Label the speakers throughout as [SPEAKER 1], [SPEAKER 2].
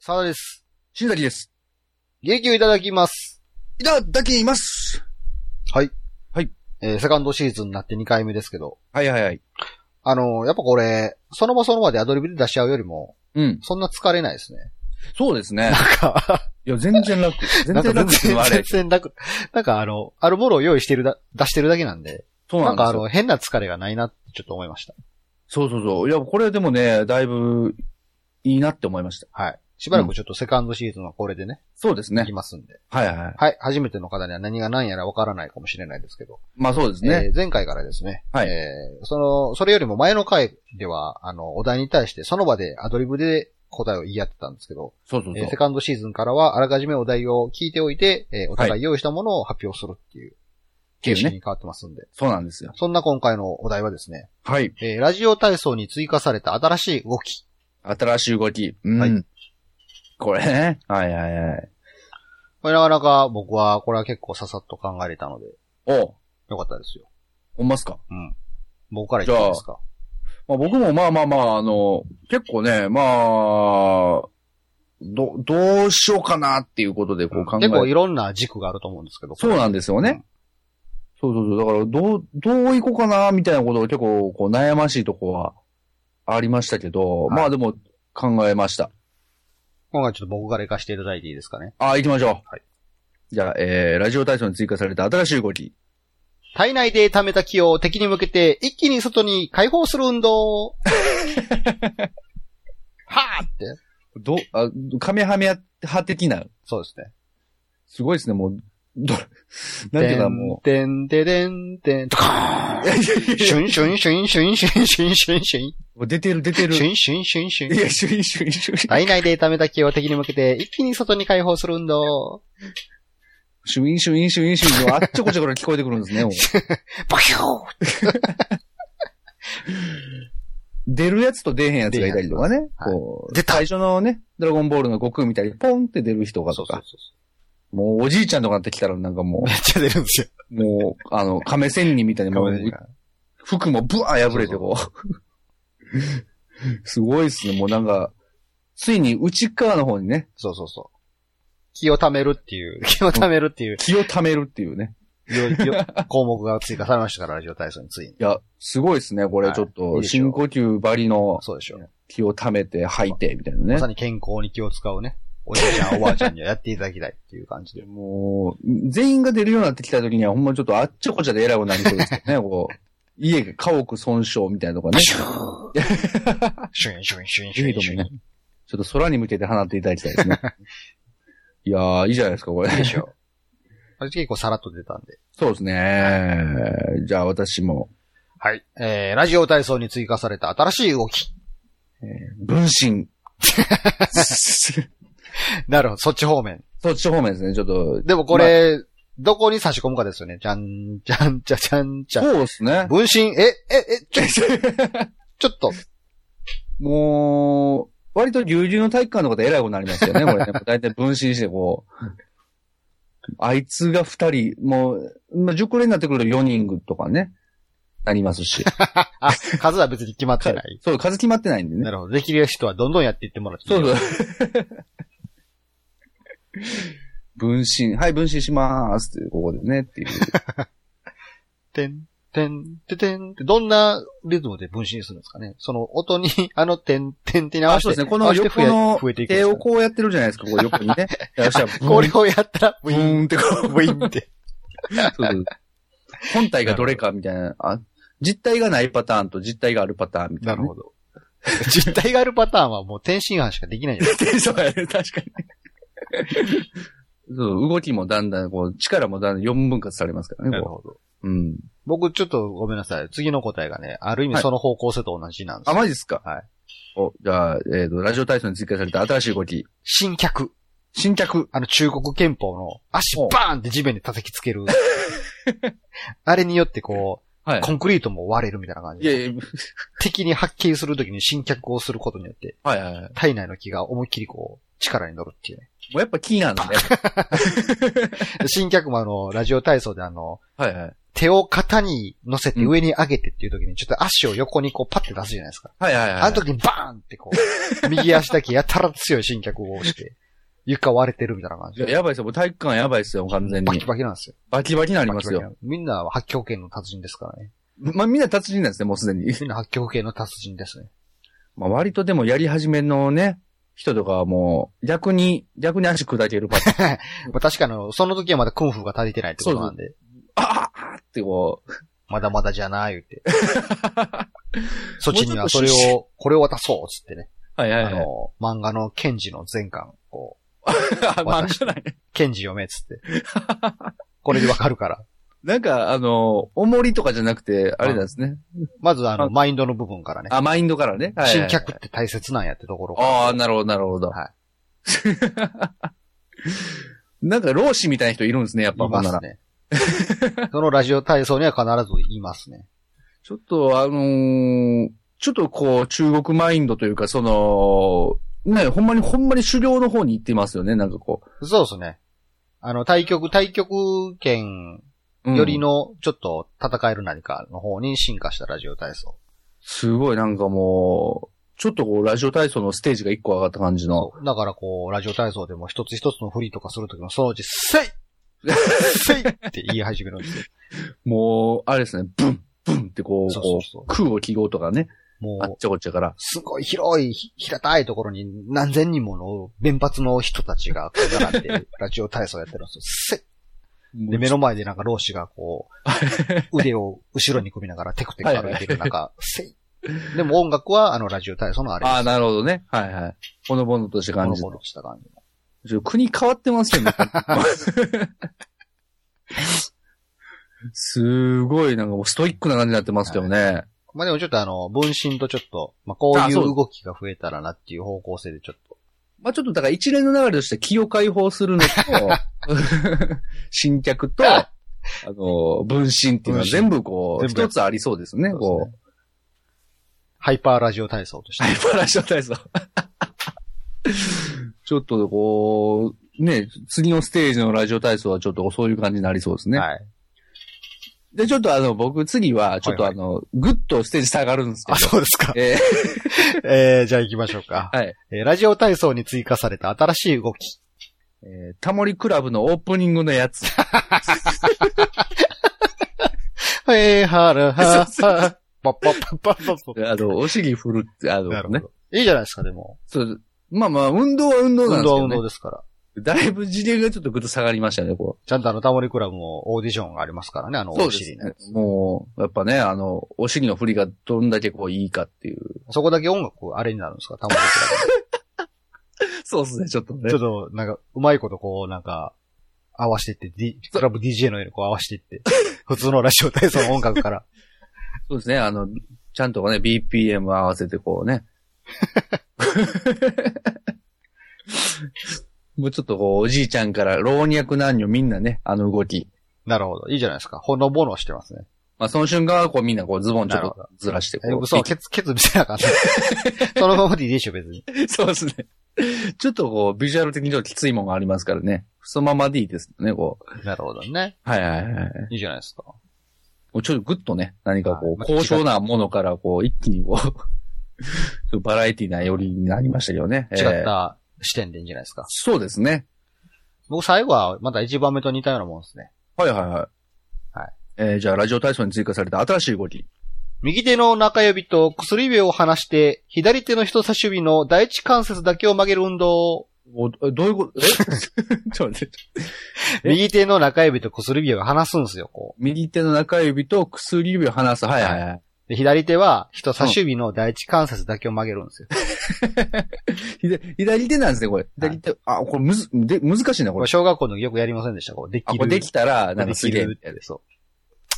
[SPEAKER 1] 沢田です。
[SPEAKER 2] 新崎です。
[SPEAKER 1] 劇をいただきます。
[SPEAKER 2] いただきます。
[SPEAKER 1] えーセカンドシーズンになって2回目ですけど。
[SPEAKER 2] はいはいはい。
[SPEAKER 1] あのーやっぱこれ、その場その場でアドリブで出し合うよりも、
[SPEAKER 2] うん。
[SPEAKER 1] そんな疲れないですね。
[SPEAKER 2] そうです
[SPEAKER 1] な
[SPEAKER 2] ね。
[SPEAKER 1] んか、
[SPEAKER 2] いや、全然楽。全
[SPEAKER 1] なんか
[SPEAKER 2] 然楽っていうの はあ
[SPEAKER 1] 全
[SPEAKER 2] れ。
[SPEAKER 1] 然楽。なんかあの、あるものを用意してるだ、出してるだけなんで、
[SPEAKER 2] そう
[SPEAKER 1] なん
[SPEAKER 2] なんで
[SPEAKER 1] かあ
[SPEAKER 2] すよ。
[SPEAKER 1] の、変な疲れがないなってちょっと思いました。
[SPEAKER 2] そうそうそう。いや、これでもね、だいぶ、いいなって思いました。
[SPEAKER 1] はい。しばらくちょっとセカンドシーズンはこれでね、
[SPEAKER 2] そうです
[SPEAKER 1] い
[SPEAKER 2] ね
[SPEAKER 1] き。ますんで。
[SPEAKER 2] はいはい。
[SPEAKER 1] はい。初めての方には何が何やらわからないかもしれないですけど。
[SPEAKER 2] まあそうですね。
[SPEAKER 1] えー前回からですね。
[SPEAKER 2] はい
[SPEAKER 1] えーその、それよりも前の回では、あの、お題に対してその場でアドリブで答えを言い合ってたんですけど、
[SPEAKER 2] そうそう
[SPEAKER 1] え
[SPEAKER 2] そ
[SPEAKER 1] ー
[SPEAKER 2] う
[SPEAKER 1] セ。カンドシーズンからはあらかじめお題を聞いておいて、えーお互い用意したものを発表するっていう形式に変わってますんで、
[SPEAKER 2] そうなんですよ。
[SPEAKER 1] そんな今回のお題はですね、
[SPEAKER 2] はい。
[SPEAKER 1] えーラジオ体操に追加された新しい動き。
[SPEAKER 2] 新しい動き。うん。
[SPEAKER 1] はい
[SPEAKER 2] これね。はいはいはい。
[SPEAKER 1] これなかなか僕はこれは結構ささっと考えれたので、
[SPEAKER 2] お、
[SPEAKER 1] よかったですよ。
[SPEAKER 2] ほんまっすか。
[SPEAKER 1] うん。僕から言っていいですか
[SPEAKER 2] まあ僕もまあまあまあ、あの、結構ね、まあ、ど、どうしようかなっていうことでこう考え
[SPEAKER 1] 結構いろんな軸があると思うんですけど。
[SPEAKER 2] そうなんですよね。そうそうそう。だから、どう、どう行こうかな、みたいなことが結構、こう、悩ましいとこはありましたけど、
[SPEAKER 1] はい
[SPEAKER 2] まあでも、考えました。
[SPEAKER 1] 今回ちょっと僕から行かせていただいていいですかね。
[SPEAKER 2] あ、行きましょう。
[SPEAKER 1] はい
[SPEAKER 2] じゃあ、えー、ラジオ体操に追加された新しい動き。
[SPEAKER 1] 体内で溜めた気を敵に向けて一気に外に解放する運動。はぁって。
[SPEAKER 2] ど、あ、カメハメ派的な、
[SPEAKER 1] そうですね。
[SPEAKER 2] すごいですね、もう、ど、なんていうかも
[SPEAKER 1] てんてんてんてん、とか
[SPEAKER 2] う。いやいやいやい
[SPEAKER 1] シ
[SPEAKER 2] や
[SPEAKER 1] ュンシュンシュンシュンシュンシュンシュンシュン。
[SPEAKER 2] もう出てる、出てる。
[SPEAKER 1] シ
[SPEAKER 2] い
[SPEAKER 1] ュンシュンシュンシュン。
[SPEAKER 2] や、シュイシュイシュイ。
[SPEAKER 1] 体内で溜めた気を敵に向けて一気に外に解放する運動。
[SPEAKER 2] シュインシュインシュインシュイン。あっちょこちょこから聞こえてくるんですね、もう。
[SPEAKER 1] バキュー
[SPEAKER 2] 出るやつと出へんやつがいたりとかね。
[SPEAKER 1] はい
[SPEAKER 2] こう
[SPEAKER 1] 出た
[SPEAKER 2] 最初のね、ドラゴンボールの悟空みたいにポンって出る人が
[SPEAKER 1] そ
[SPEAKER 2] と
[SPEAKER 1] うそう
[SPEAKER 2] か、
[SPEAKER 1] そうそ
[SPEAKER 2] もうおじいちゃんとかになってきたらなんかも
[SPEAKER 1] う。めっちゃ出るんですよ。
[SPEAKER 2] う、 もう、あの、亀仙人みたいにもう、服もブワー破れてこう。すごいっすね、もうなんか、ついに内側の方にね、
[SPEAKER 1] そうそうそう。気を溜めるっていう、気を溜めるっていう、
[SPEAKER 2] 気を溜めるっていうね。
[SPEAKER 1] よよ項目が追加されましたから、ラジオ体操についに。
[SPEAKER 2] いや、すごいっすね、こ
[SPEAKER 1] は
[SPEAKER 2] れ
[SPEAKER 1] い
[SPEAKER 2] ちょっと、
[SPEAKER 1] いいでしょう
[SPEAKER 2] 深呼吸ばりの
[SPEAKER 1] そうでしょう。
[SPEAKER 2] 気を溜めて吐いて、みたいな
[SPEAKER 1] ま
[SPEAKER 2] ね
[SPEAKER 1] さ。に健康に気を使うね、おじいちゃん、おばあちゃんにはやっていただきたいっていう感じ で。
[SPEAKER 2] もう、全員が出るようになってきた時には、ほんまちょっとあっちゃこちゃで偉くなりそうですよ ね、こう。家が家屋損傷みたいなとかね。
[SPEAKER 1] シューシュンシュンシュンシ
[SPEAKER 2] ぜ
[SPEAKER 1] ュ
[SPEAKER 2] ひ
[SPEAKER 1] ン
[SPEAKER 2] と
[SPEAKER 1] シュ
[SPEAKER 2] も
[SPEAKER 1] ン。
[SPEAKER 2] ね、ちょっと空に向けて放っていただきたい ですね。いやー、いいじゃないですか、これ
[SPEAKER 1] いい。でしょう。あれ結構さらっと出たんで。
[SPEAKER 2] そうですね。じゃあ私も、
[SPEAKER 1] はい。えー、ラジオ体操に追加された新しい動き。
[SPEAKER 2] 分身。
[SPEAKER 1] なるほど、そっち方面。
[SPEAKER 2] そっち方面ですね、ちょっと。
[SPEAKER 1] でもこれ、どこに差し込むかですよね。じゃん、じゃん、じゃじゃん、じゃん。
[SPEAKER 2] そうですね。
[SPEAKER 1] 分身、え、え、え、ちょ、ちょっと、
[SPEAKER 2] もう、割と龍々の体育館のこと偉いことになり ますよね、これね。大体分身してこう。あいつが二人、もう、まあ、熟練になってくると4人とかね、なりますし。
[SPEAKER 1] あ、数は別に決まってない。
[SPEAKER 2] そう、数決まってないん で
[SPEAKER 1] な
[SPEAKER 2] ね。
[SPEAKER 1] るほど。できる人はどんどんやっていってもらっていい
[SPEAKER 2] そ
[SPEAKER 1] よ。
[SPEAKER 2] うそう。分身、はい、分身しまーすって、ここでね、っていう。
[SPEAKER 1] てん、てん、ててんって、どんなリズムで分身するんですかねその音に、 あのてん、てんてんに合わせて、
[SPEAKER 2] そうですね、こ
[SPEAKER 1] 合
[SPEAKER 2] の
[SPEAKER 1] わせて増え
[SPEAKER 2] 横の
[SPEAKER 1] 増えていくんで
[SPEAKER 2] 手
[SPEAKER 1] す
[SPEAKER 2] を
[SPEAKER 1] か
[SPEAKER 2] こうやってるじゃないですか、こう横に ね。よっしゃ、ブ
[SPEAKER 1] ね、こ
[SPEAKER 2] ー
[SPEAKER 1] れ
[SPEAKER 2] ン、
[SPEAKER 1] をやったら、ウ
[SPEAKER 2] ブ
[SPEAKER 1] ィン、
[SPEAKER 2] ーンってこう
[SPEAKER 1] ウ。ィンって。
[SPEAKER 2] そうそう本体がどれかみたいな。あ実体がないパターンと実体があるパターンみた
[SPEAKER 1] ない
[SPEAKER 2] な、
[SPEAKER 1] る
[SPEAKER 2] ね。
[SPEAKER 1] ほど。実体があるパターンはもう天津飯しかできないじゃない
[SPEAKER 2] ど。そうやね。確かに。そう、動きもだんだん、こう、力もだんだん4分割されますから
[SPEAKER 1] な
[SPEAKER 2] ね、
[SPEAKER 1] る
[SPEAKER 2] こ
[SPEAKER 1] ほど。
[SPEAKER 2] う。うん。
[SPEAKER 1] 僕ちょっとごめんなさい。次の答えがね、ある意味
[SPEAKER 2] はい
[SPEAKER 1] その方向性と同じなんです
[SPEAKER 2] あ、
[SPEAKER 1] よ、
[SPEAKER 2] マジですか
[SPEAKER 1] はい。
[SPEAKER 2] お、じゃあ、えっ、と、ラジオ体操に追加された新しい動き。
[SPEAKER 1] 新脚。
[SPEAKER 2] 新脚。
[SPEAKER 1] あの中国憲法の足
[SPEAKER 2] お
[SPEAKER 1] バーンって地面に叩きつける。 あれによってこ
[SPEAKER 2] は
[SPEAKER 1] う、コンクリートも割れるみたいな感じ
[SPEAKER 2] いや
[SPEAKER 1] で。
[SPEAKER 2] いや、
[SPEAKER 1] 敵に発見するときに新脚をすることによって、
[SPEAKER 2] はいはいはい。
[SPEAKER 1] 体内の気が思いっきりこう、力に乗るっていうね。
[SPEAKER 2] うやっぱキーな んだね。
[SPEAKER 1] 新脚もあの、ラジオ体操であの、
[SPEAKER 2] はいはい。
[SPEAKER 1] 手を肩に乗せて上に上げてっていう時に、ちょっと足を横にこうパッて出すじゃないですか。
[SPEAKER 2] はいはいはい。
[SPEAKER 1] あの時にバーンってこう、 右足だけやたら強い新脚を押して、床割れてるみたいな感
[SPEAKER 2] い
[SPEAKER 1] じ
[SPEAKER 2] や
[SPEAKER 1] で。
[SPEAKER 2] やばいですよ。もう体育館やばいですよ、完全
[SPEAKER 1] バキ
[SPEAKER 2] に。
[SPEAKER 1] バキなんですよ。
[SPEAKER 2] バキバキになり
[SPEAKER 1] バ
[SPEAKER 2] ま
[SPEAKER 1] キ
[SPEAKER 2] す
[SPEAKER 1] バキな
[SPEAKER 2] よ。
[SPEAKER 1] んみんなは発狂系の達人ですからね。
[SPEAKER 2] まあ、みんな達人なんですね、もうすでに。
[SPEAKER 1] みんな発狂系の達人ですね。
[SPEAKER 2] まあ、割とでもやり始めのね、人とかはもう、逆に、逆に足砕けるパターン。
[SPEAKER 1] まあ確かにあの、その時はまだクンフーが足りてないってことなんで、
[SPEAKER 2] ああってこう、
[SPEAKER 1] まだまだじゃない言って。 そっちにはそれを、これを渡そうっつってね。
[SPEAKER 2] はいは
[SPEAKER 1] あ
[SPEAKER 2] いはい。
[SPEAKER 1] の、漫画のケンジの全巻を、
[SPEAKER 2] あ、 まあ、
[SPEAKER 1] 私
[SPEAKER 2] じゃない。
[SPEAKER 1] ケンジ読めっつ って。これでわかるから。
[SPEAKER 2] なんか、あの、重りとかじゃなくて、あれなんですね。
[SPEAKER 1] まずあの、
[SPEAKER 2] あ
[SPEAKER 1] マインドの部分からね。
[SPEAKER 2] あ、マインドからね。はいはいは
[SPEAKER 1] 新
[SPEAKER 2] い
[SPEAKER 1] 脚って大切なんやってところから
[SPEAKER 2] ああ、なるほど、なるほど。。
[SPEAKER 1] はい
[SPEAKER 2] なんか、老子みたいな人いるんですね、やっぱ、
[SPEAKER 1] 言いま
[SPEAKER 2] ほんな
[SPEAKER 1] す
[SPEAKER 2] ら。
[SPEAKER 1] ね。 そのラジオ体操には必ず言いますね。
[SPEAKER 2] ちょっと、あのーちょっとこう、中国マインドというか、その、ね、ほんまに、ほんまに狩猟の方に行ってますよね、なんかこ
[SPEAKER 1] そうですね。あの、対局、対局圏
[SPEAKER 2] う。うん
[SPEAKER 1] よりの、ちょっと戦える何かの方に進化したラジオ体操。
[SPEAKER 2] すごいなんかもう、ちょっとこう、ラジオ体操のステージが一個上がった感じの。
[SPEAKER 1] だからこう、ラジオ体操でも一つ一つのフリーとかするときも、そのうち、 せいせいって言い始めるんですよ。
[SPEAKER 2] もう、あれですね、ブン、ブンってこう、
[SPEAKER 1] そうそうそう
[SPEAKER 2] こう空を記号とかね、あっ
[SPEAKER 1] もう、
[SPEAKER 2] ちゃこっちゃから。
[SPEAKER 1] すごい広い、ひ平たいところに何千人もの弁髪の人たちがこう並んで、ラジオ体操やってるん ですよ。せいで、目の前でなんか老子がこう、腕を後ろに組みながらテクテク歩いてる 中、せいでも音楽はあのラジオ体操のあれです
[SPEAKER 2] ああ、なるほどね。はいはい。ほのぼのとした
[SPEAKER 1] ボ
[SPEAKER 2] 感
[SPEAKER 1] ロ
[SPEAKER 2] じ。
[SPEAKER 1] ボロした感じ。
[SPEAKER 2] ちょ国変わってま すよね。 すごい、なんかもうストイックな感じになってますけどね。
[SPEAKER 1] まあでもちょっとあの、分身とちょっと、まあこう
[SPEAKER 2] あ
[SPEAKER 1] いう
[SPEAKER 2] そう
[SPEAKER 1] 動きが増えたらなっていう方向性でちょっと。
[SPEAKER 2] まあちょっとだから一連の流れとして気を解放す るのと、新脚と、あの、分身っていうのは全部こう、
[SPEAKER 1] 分身全部や
[SPEAKER 2] 一つありそうですね。
[SPEAKER 1] そう
[SPEAKER 2] こ
[SPEAKER 1] で
[SPEAKER 2] う、
[SPEAKER 1] ハイパーラジオ体操と して
[SPEAKER 2] ハ。イパーラジオ体操。 ちょっとこう、ね、次のステージのラジオ体操はちょっとそういう感じになりそうですね。
[SPEAKER 1] はい。
[SPEAKER 2] で、ちょっとあの、僕次は、ちょっとあ
[SPEAKER 1] はい
[SPEAKER 2] の、ぐっとステージ下がるんですけ
[SPEAKER 1] あ、
[SPEAKER 2] ど。
[SPEAKER 1] そうですか。
[SPEAKER 2] え
[SPEAKER 1] えー、じゃあ行きましょうか。
[SPEAKER 2] ーはい。
[SPEAKER 1] えーラジオ体操に追加された新しい動き。
[SPEAKER 2] えータモリクラブのオープニングのやつ。
[SPEAKER 1] えー、はるは
[SPEAKER 2] そうそう
[SPEAKER 1] は。パッパッパッパッパッパ
[SPEAKER 2] あの、お尻振るって、あ
[SPEAKER 1] ッ。なる
[SPEAKER 2] の
[SPEAKER 1] ほ
[SPEAKER 2] ね。
[SPEAKER 1] ど。いいじゃないですか、でも。
[SPEAKER 2] そう。まあまあ、運動は運
[SPEAKER 1] 運動
[SPEAKER 2] 動なんですけ
[SPEAKER 1] は
[SPEAKER 2] ど、
[SPEAKER 1] 運
[SPEAKER 2] ね。
[SPEAKER 1] 動ですから。
[SPEAKER 2] だいぶ次元がちょっとぐっと下がりましたね、こ
[SPEAKER 1] ちゃんとあの、タモリクラブもオーディションがありますからね、あの、
[SPEAKER 2] う。
[SPEAKER 1] お尻ね。
[SPEAKER 2] もう、やっぱね、あの、お尻の振りがどんだけこういいかっていう。
[SPEAKER 1] そこだけ音楽、あれになるんですか、タモリクラブ。
[SPEAKER 2] そうですね、ちょっとね
[SPEAKER 1] ちょっと、なんか、うまいことこう、なんか、合わせてって、D、クラブ DJ のようにこう合わせていって、普通のラジオ体操の音楽から。
[SPEAKER 2] そうですね、あの、ちゃんとね、BPM 合わせてこう ね。もうちょっとこう、おじいちゃんから老若男女みんなね、あの動き。
[SPEAKER 1] なるほど。いいじゃないですか。ほのぼのしてますね。
[SPEAKER 2] まあ、その瞬間はこうみんなこうズボンちょっ
[SPEAKER 1] なる
[SPEAKER 2] とずらしてこ
[SPEAKER 1] え
[SPEAKER 2] う。
[SPEAKER 1] 嘘、ケツ、ケツ見せなあかった。そのままでいいでしょ、別に。
[SPEAKER 2] そうですね。ちょっとこう、ビジュアル的にちょっときついもんがありますからね。そのままでいいですね、こう。
[SPEAKER 1] なるほどね。
[SPEAKER 2] はいはいはいはい。
[SPEAKER 1] いいじゃないですか。
[SPEAKER 2] もうちょっとグッとね、何かこう、
[SPEAKER 1] はい
[SPEAKER 2] 高尚なものからこう、一気にこう ちょっと、バラエティな寄りになりましたけどね。えー
[SPEAKER 1] 違っ。た視点でいいんじゃないですか。
[SPEAKER 2] そうですね。
[SPEAKER 1] 僕最後はまた1番目と似たようなもんですね。
[SPEAKER 2] はいはいはい。
[SPEAKER 1] はい。
[SPEAKER 2] えーじゃあ、ラジオ体操に追加された新しい動き。
[SPEAKER 1] 右手の中指と薬指を離して、左手の人差し指の第一関節だけを曲げる運動。
[SPEAKER 2] おえどういう ことえちょっと待って。え
[SPEAKER 1] 右手の中指と薬指を離すんですよ、こう。
[SPEAKER 2] 右手の中指と薬指を離す。はいはいはい。
[SPEAKER 1] で、左手は人差し指の第一関節だけを曲げるんですよ。
[SPEAKER 2] 左左手なんですね、これ。左手、あ、これむず、で、難しいな、こ
[SPEAKER 1] これ
[SPEAKER 2] れ。
[SPEAKER 1] 小学校の時よくやりませんでしたこう、でき
[SPEAKER 2] あ、
[SPEAKER 1] る。
[SPEAKER 2] これできたら、なんか
[SPEAKER 1] ですき
[SPEAKER 2] げえ
[SPEAKER 1] る。ってそ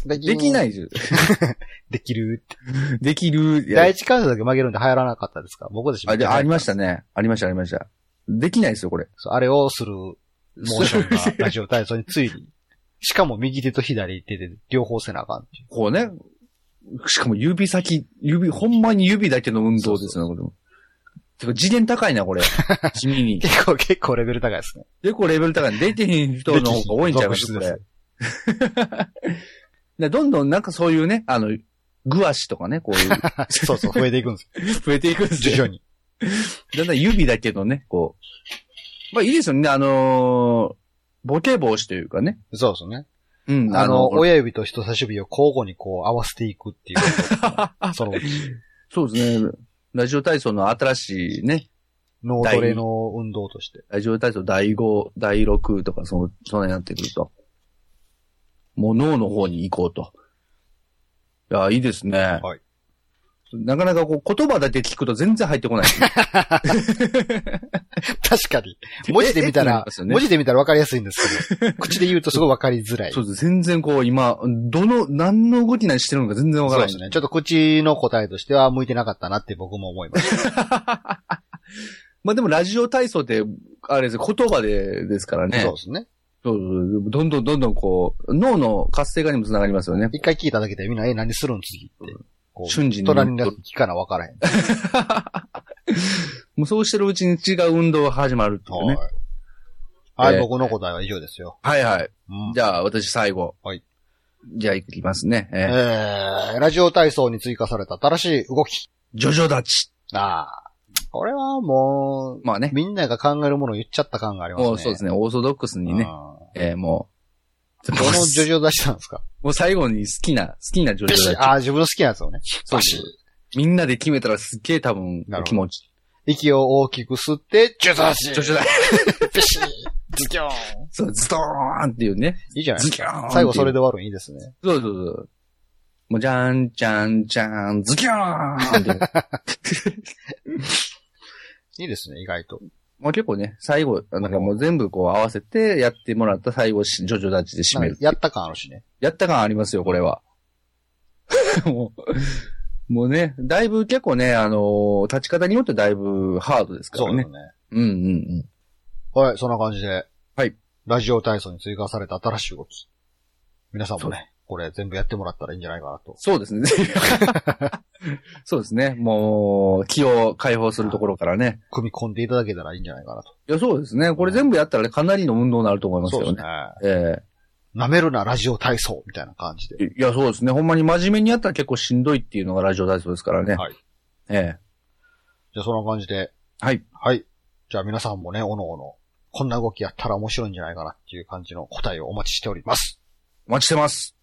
[SPEAKER 1] う。で。
[SPEAKER 2] できないいです。
[SPEAKER 1] できるって。
[SPEAKER 2] できる。
[SPEAKER 1] 第一関節だけ曲げるんで流行らなかったですか僕たち。
[SPEAKER 2] あ、で、ありましたたね。ありました、ありました。できないですよ、これ。
[SPEAKER 1] そう、あれをするモーションがラジオ体操につい に。しかも右手と左手で両方せなあかんっていう。
[SPEAKER 2] こうね。しかも指先、指、ほんまに指だけの運動ですよね、これも。てか、次元高い な、これ。地味に。
[SPEAKER 1] 結構、 結構レベル高いですね。
[SPEAKER 2] 結構レベル高い。出てへん人の方が多いんちゃうか
[SPEAKER 1] 続
[SPEAKER 2] こ
[SPEAKER 1] 出で。
[SPEAKER 2] れだか
[SPEAKER 1] す
[SPEAKER 2] らどんどんなんかそういうね、あの、具足とかね、こういう、
[SPEAKER 1] そうそう、増えていくんです。
[SPEAKER 2] 増えていくんで す
[SPEAKER 1] 徐
[SPEAKER 2] よ。
[SPEAKER 1] 々に。
[SPEAKER 2] だんだん指だけどね、こう。まあいいですよね、あのーボケ防止というかね。
[SPEAKER 1] そうですね。
[SPEAKER 2] うん、
[SPEAKER 1] あの、
[SPEAKER 2] これ
[SPEAKER 1] 親指と人差し指を交互にこう合わせていくって いう、その、
[SPEAKER 2] そうですね。ラジオ体操の新しいね、
[SPEAKER 1] 脳トレの運動として。
[SPEAKER 2] ラジオ体操第5、第6とか、その、そのになってくると。もう脳の方に行こうと。いや、いいですね。
[SPEAKER 1] はい。
[SPEAKER 2] なかなかこう、言葉だけ聞くと全然入ってこな い。
[SPEAKER 1] 確かに。 文字で見た
[SPEAKER 2] ええってなり
[SPEAKER 1] ら
[SPEAKER 2] ます、よね
[SPEAKER 1] 文字で見たら分かりやすいんですけど、 口で言うとすごい分かりづらい。
[SPEAKER 2] そうです。全然こう、今、どの、何の動き何してるのか全然わか
[SPEAKER 1] そう
[SPEAKER 2] ら
[SPEAKER 1] で
[SPEAKER 2] ない。
[SPEAKER 1] すね。ちょっと口の答えとしては向いてなかったなって僕も思いました。
[SPEAKER 2] まあでもラジオ体操って、あれです言葉でですからね。
[SPEAKER 1] そうですね。
[SPEAKER 2] そうそうそうどんどんどんどんこう、脳の活性化にもつながりますよね。
[SPEAKER 1] 一回聞いただけでみんな、え、何するん次って。こう
[SPEAKER 2] 瞬時に
[SPEAKER 1] 大人になって聞かな分からへん。
[SPEAKER 2] もうそうしてるうちに違う運動が始まるっていう
[SPEAKER 1] は
[SPEAKER 2] ね。
[SPEAKER 1] い。は
[SPEAKER 2] え
[SPEAKER 1] い、
[SPEAKER 2] え
[SPEAKER 1] 僕の答えは以上ですよ。
[SPEAKER 2] はいはい。
[SPEAKER 1] うん
[SPEAKER 2] じゃあ私最後。
[SPEAKER 1] はい。
[SPEAKER 2] じゃあ行きますね。えー
[SPEAKER 1] えー、ラジオ体操に追加された新しい動き。
[SPEAKER 2] ジョジョ立ち。
[SPEAKER 1] ああ。これはも
[SPEAKER 2] まあね
[SPEAKER 1] う、。みんなが考えるものを言っちゃった感がありますね。
[SPEAKER 2] もうそうです
[SPEAKER 1] ね。
[SPEAKER 2] ね。オーソドックスにね。えーもう。
[SPEAKER 1] どのジョジョ出したんですか
[SPEAKER 2] もう最後に好きな、好き なジョジョ立ち。
[SPEAKER 1] ああ、自分の好きなやつをね。
[SPEAKER 2] そうそうみんなで決めたらすっげえ多分
[SPEAKER 1] なるほど
[SPEAKER 2] 気持ち。
[SPEAKER 1] 息を大きく吸って、ジュザシ
[SPEAKER 2] ジョジョ立ち。
[SPEAKER 1] ピシーズキョーン
[SPEAKER 2] そう、ズドーンっていうね。
[SPEAKER 1] いいじゃない
[SPEAKER 2] ズキャーンっていう。
[SPEAKER 1] 最後それで終わるのいいですね。
[SPEAKER 2] そうそうそう。もう、じゃんじゃんじゃん、ズキャ ーンって。
[SPEAKER 1] いいですね、意外と。
[SPEAKER 2] もう結構ね、最後、なんかもう全部こう合わせてやってもらった最後、しジョジョ立ちで締める。
[SPEAKER 1] やった感あるしね。
[SPEAKER 2] やった感ありますよ、これは。 もう、もうね、だいぶ結構ね、あのー立ち方によってだいぶハードですか
[SPEAKER 1] そ
[SPEAKER 2] ら
[SPEAKER 1] うで
[SPEAKER 2] ね
[SPEAKER 1] す。ね。
[SPEAKER 2] うんうんうん。
[SPEAKER 1] はい、そんな感じで。
[SPEAKER 2] はい。
[SPEAKER 1] ラジオ体操に追加された新しい動き。皆さんもね、これ全部やってもらったらいいんじゃないかなと。
[SPEAKER 2] そうですね。 そうですね。もう、気を解放するところからね。
[SPEAKER 1] 組み込んでいただけたらいいんじゃないかなと。
[SPEAKER 2] いや、そうですね。これ全部やったらねかなりの運動になると思います
[SPEAKER 1] そう
[SPEAKER 2] よ
[SPEAKER 1] です
[SPEAKER 2] ね。
[SPEAKER 1] ね。
[SPEAKER 2] え
[SPEAKER 1] 舐めるな、ラジオ体操みたいな感じで。
[SPEAKER 2] えいや、そうですね。ほんまに真面目にやったら結構しんどいっていうのがラジオ体操ですからね。
[SPEAKER 1] はい。
[SPEAKER 2] ええ
[SPEAKER 1] じゃあ、そんな感じで。
[SPEAKER 2] はい。
[SPEAKER 1] はい。じゃあ、皆さんもね、おのおの、こんな動きやったら面白いんじゃないかなっていう感じの答えをお待ちしております。
[SPEAKER 2] お待ちしてます。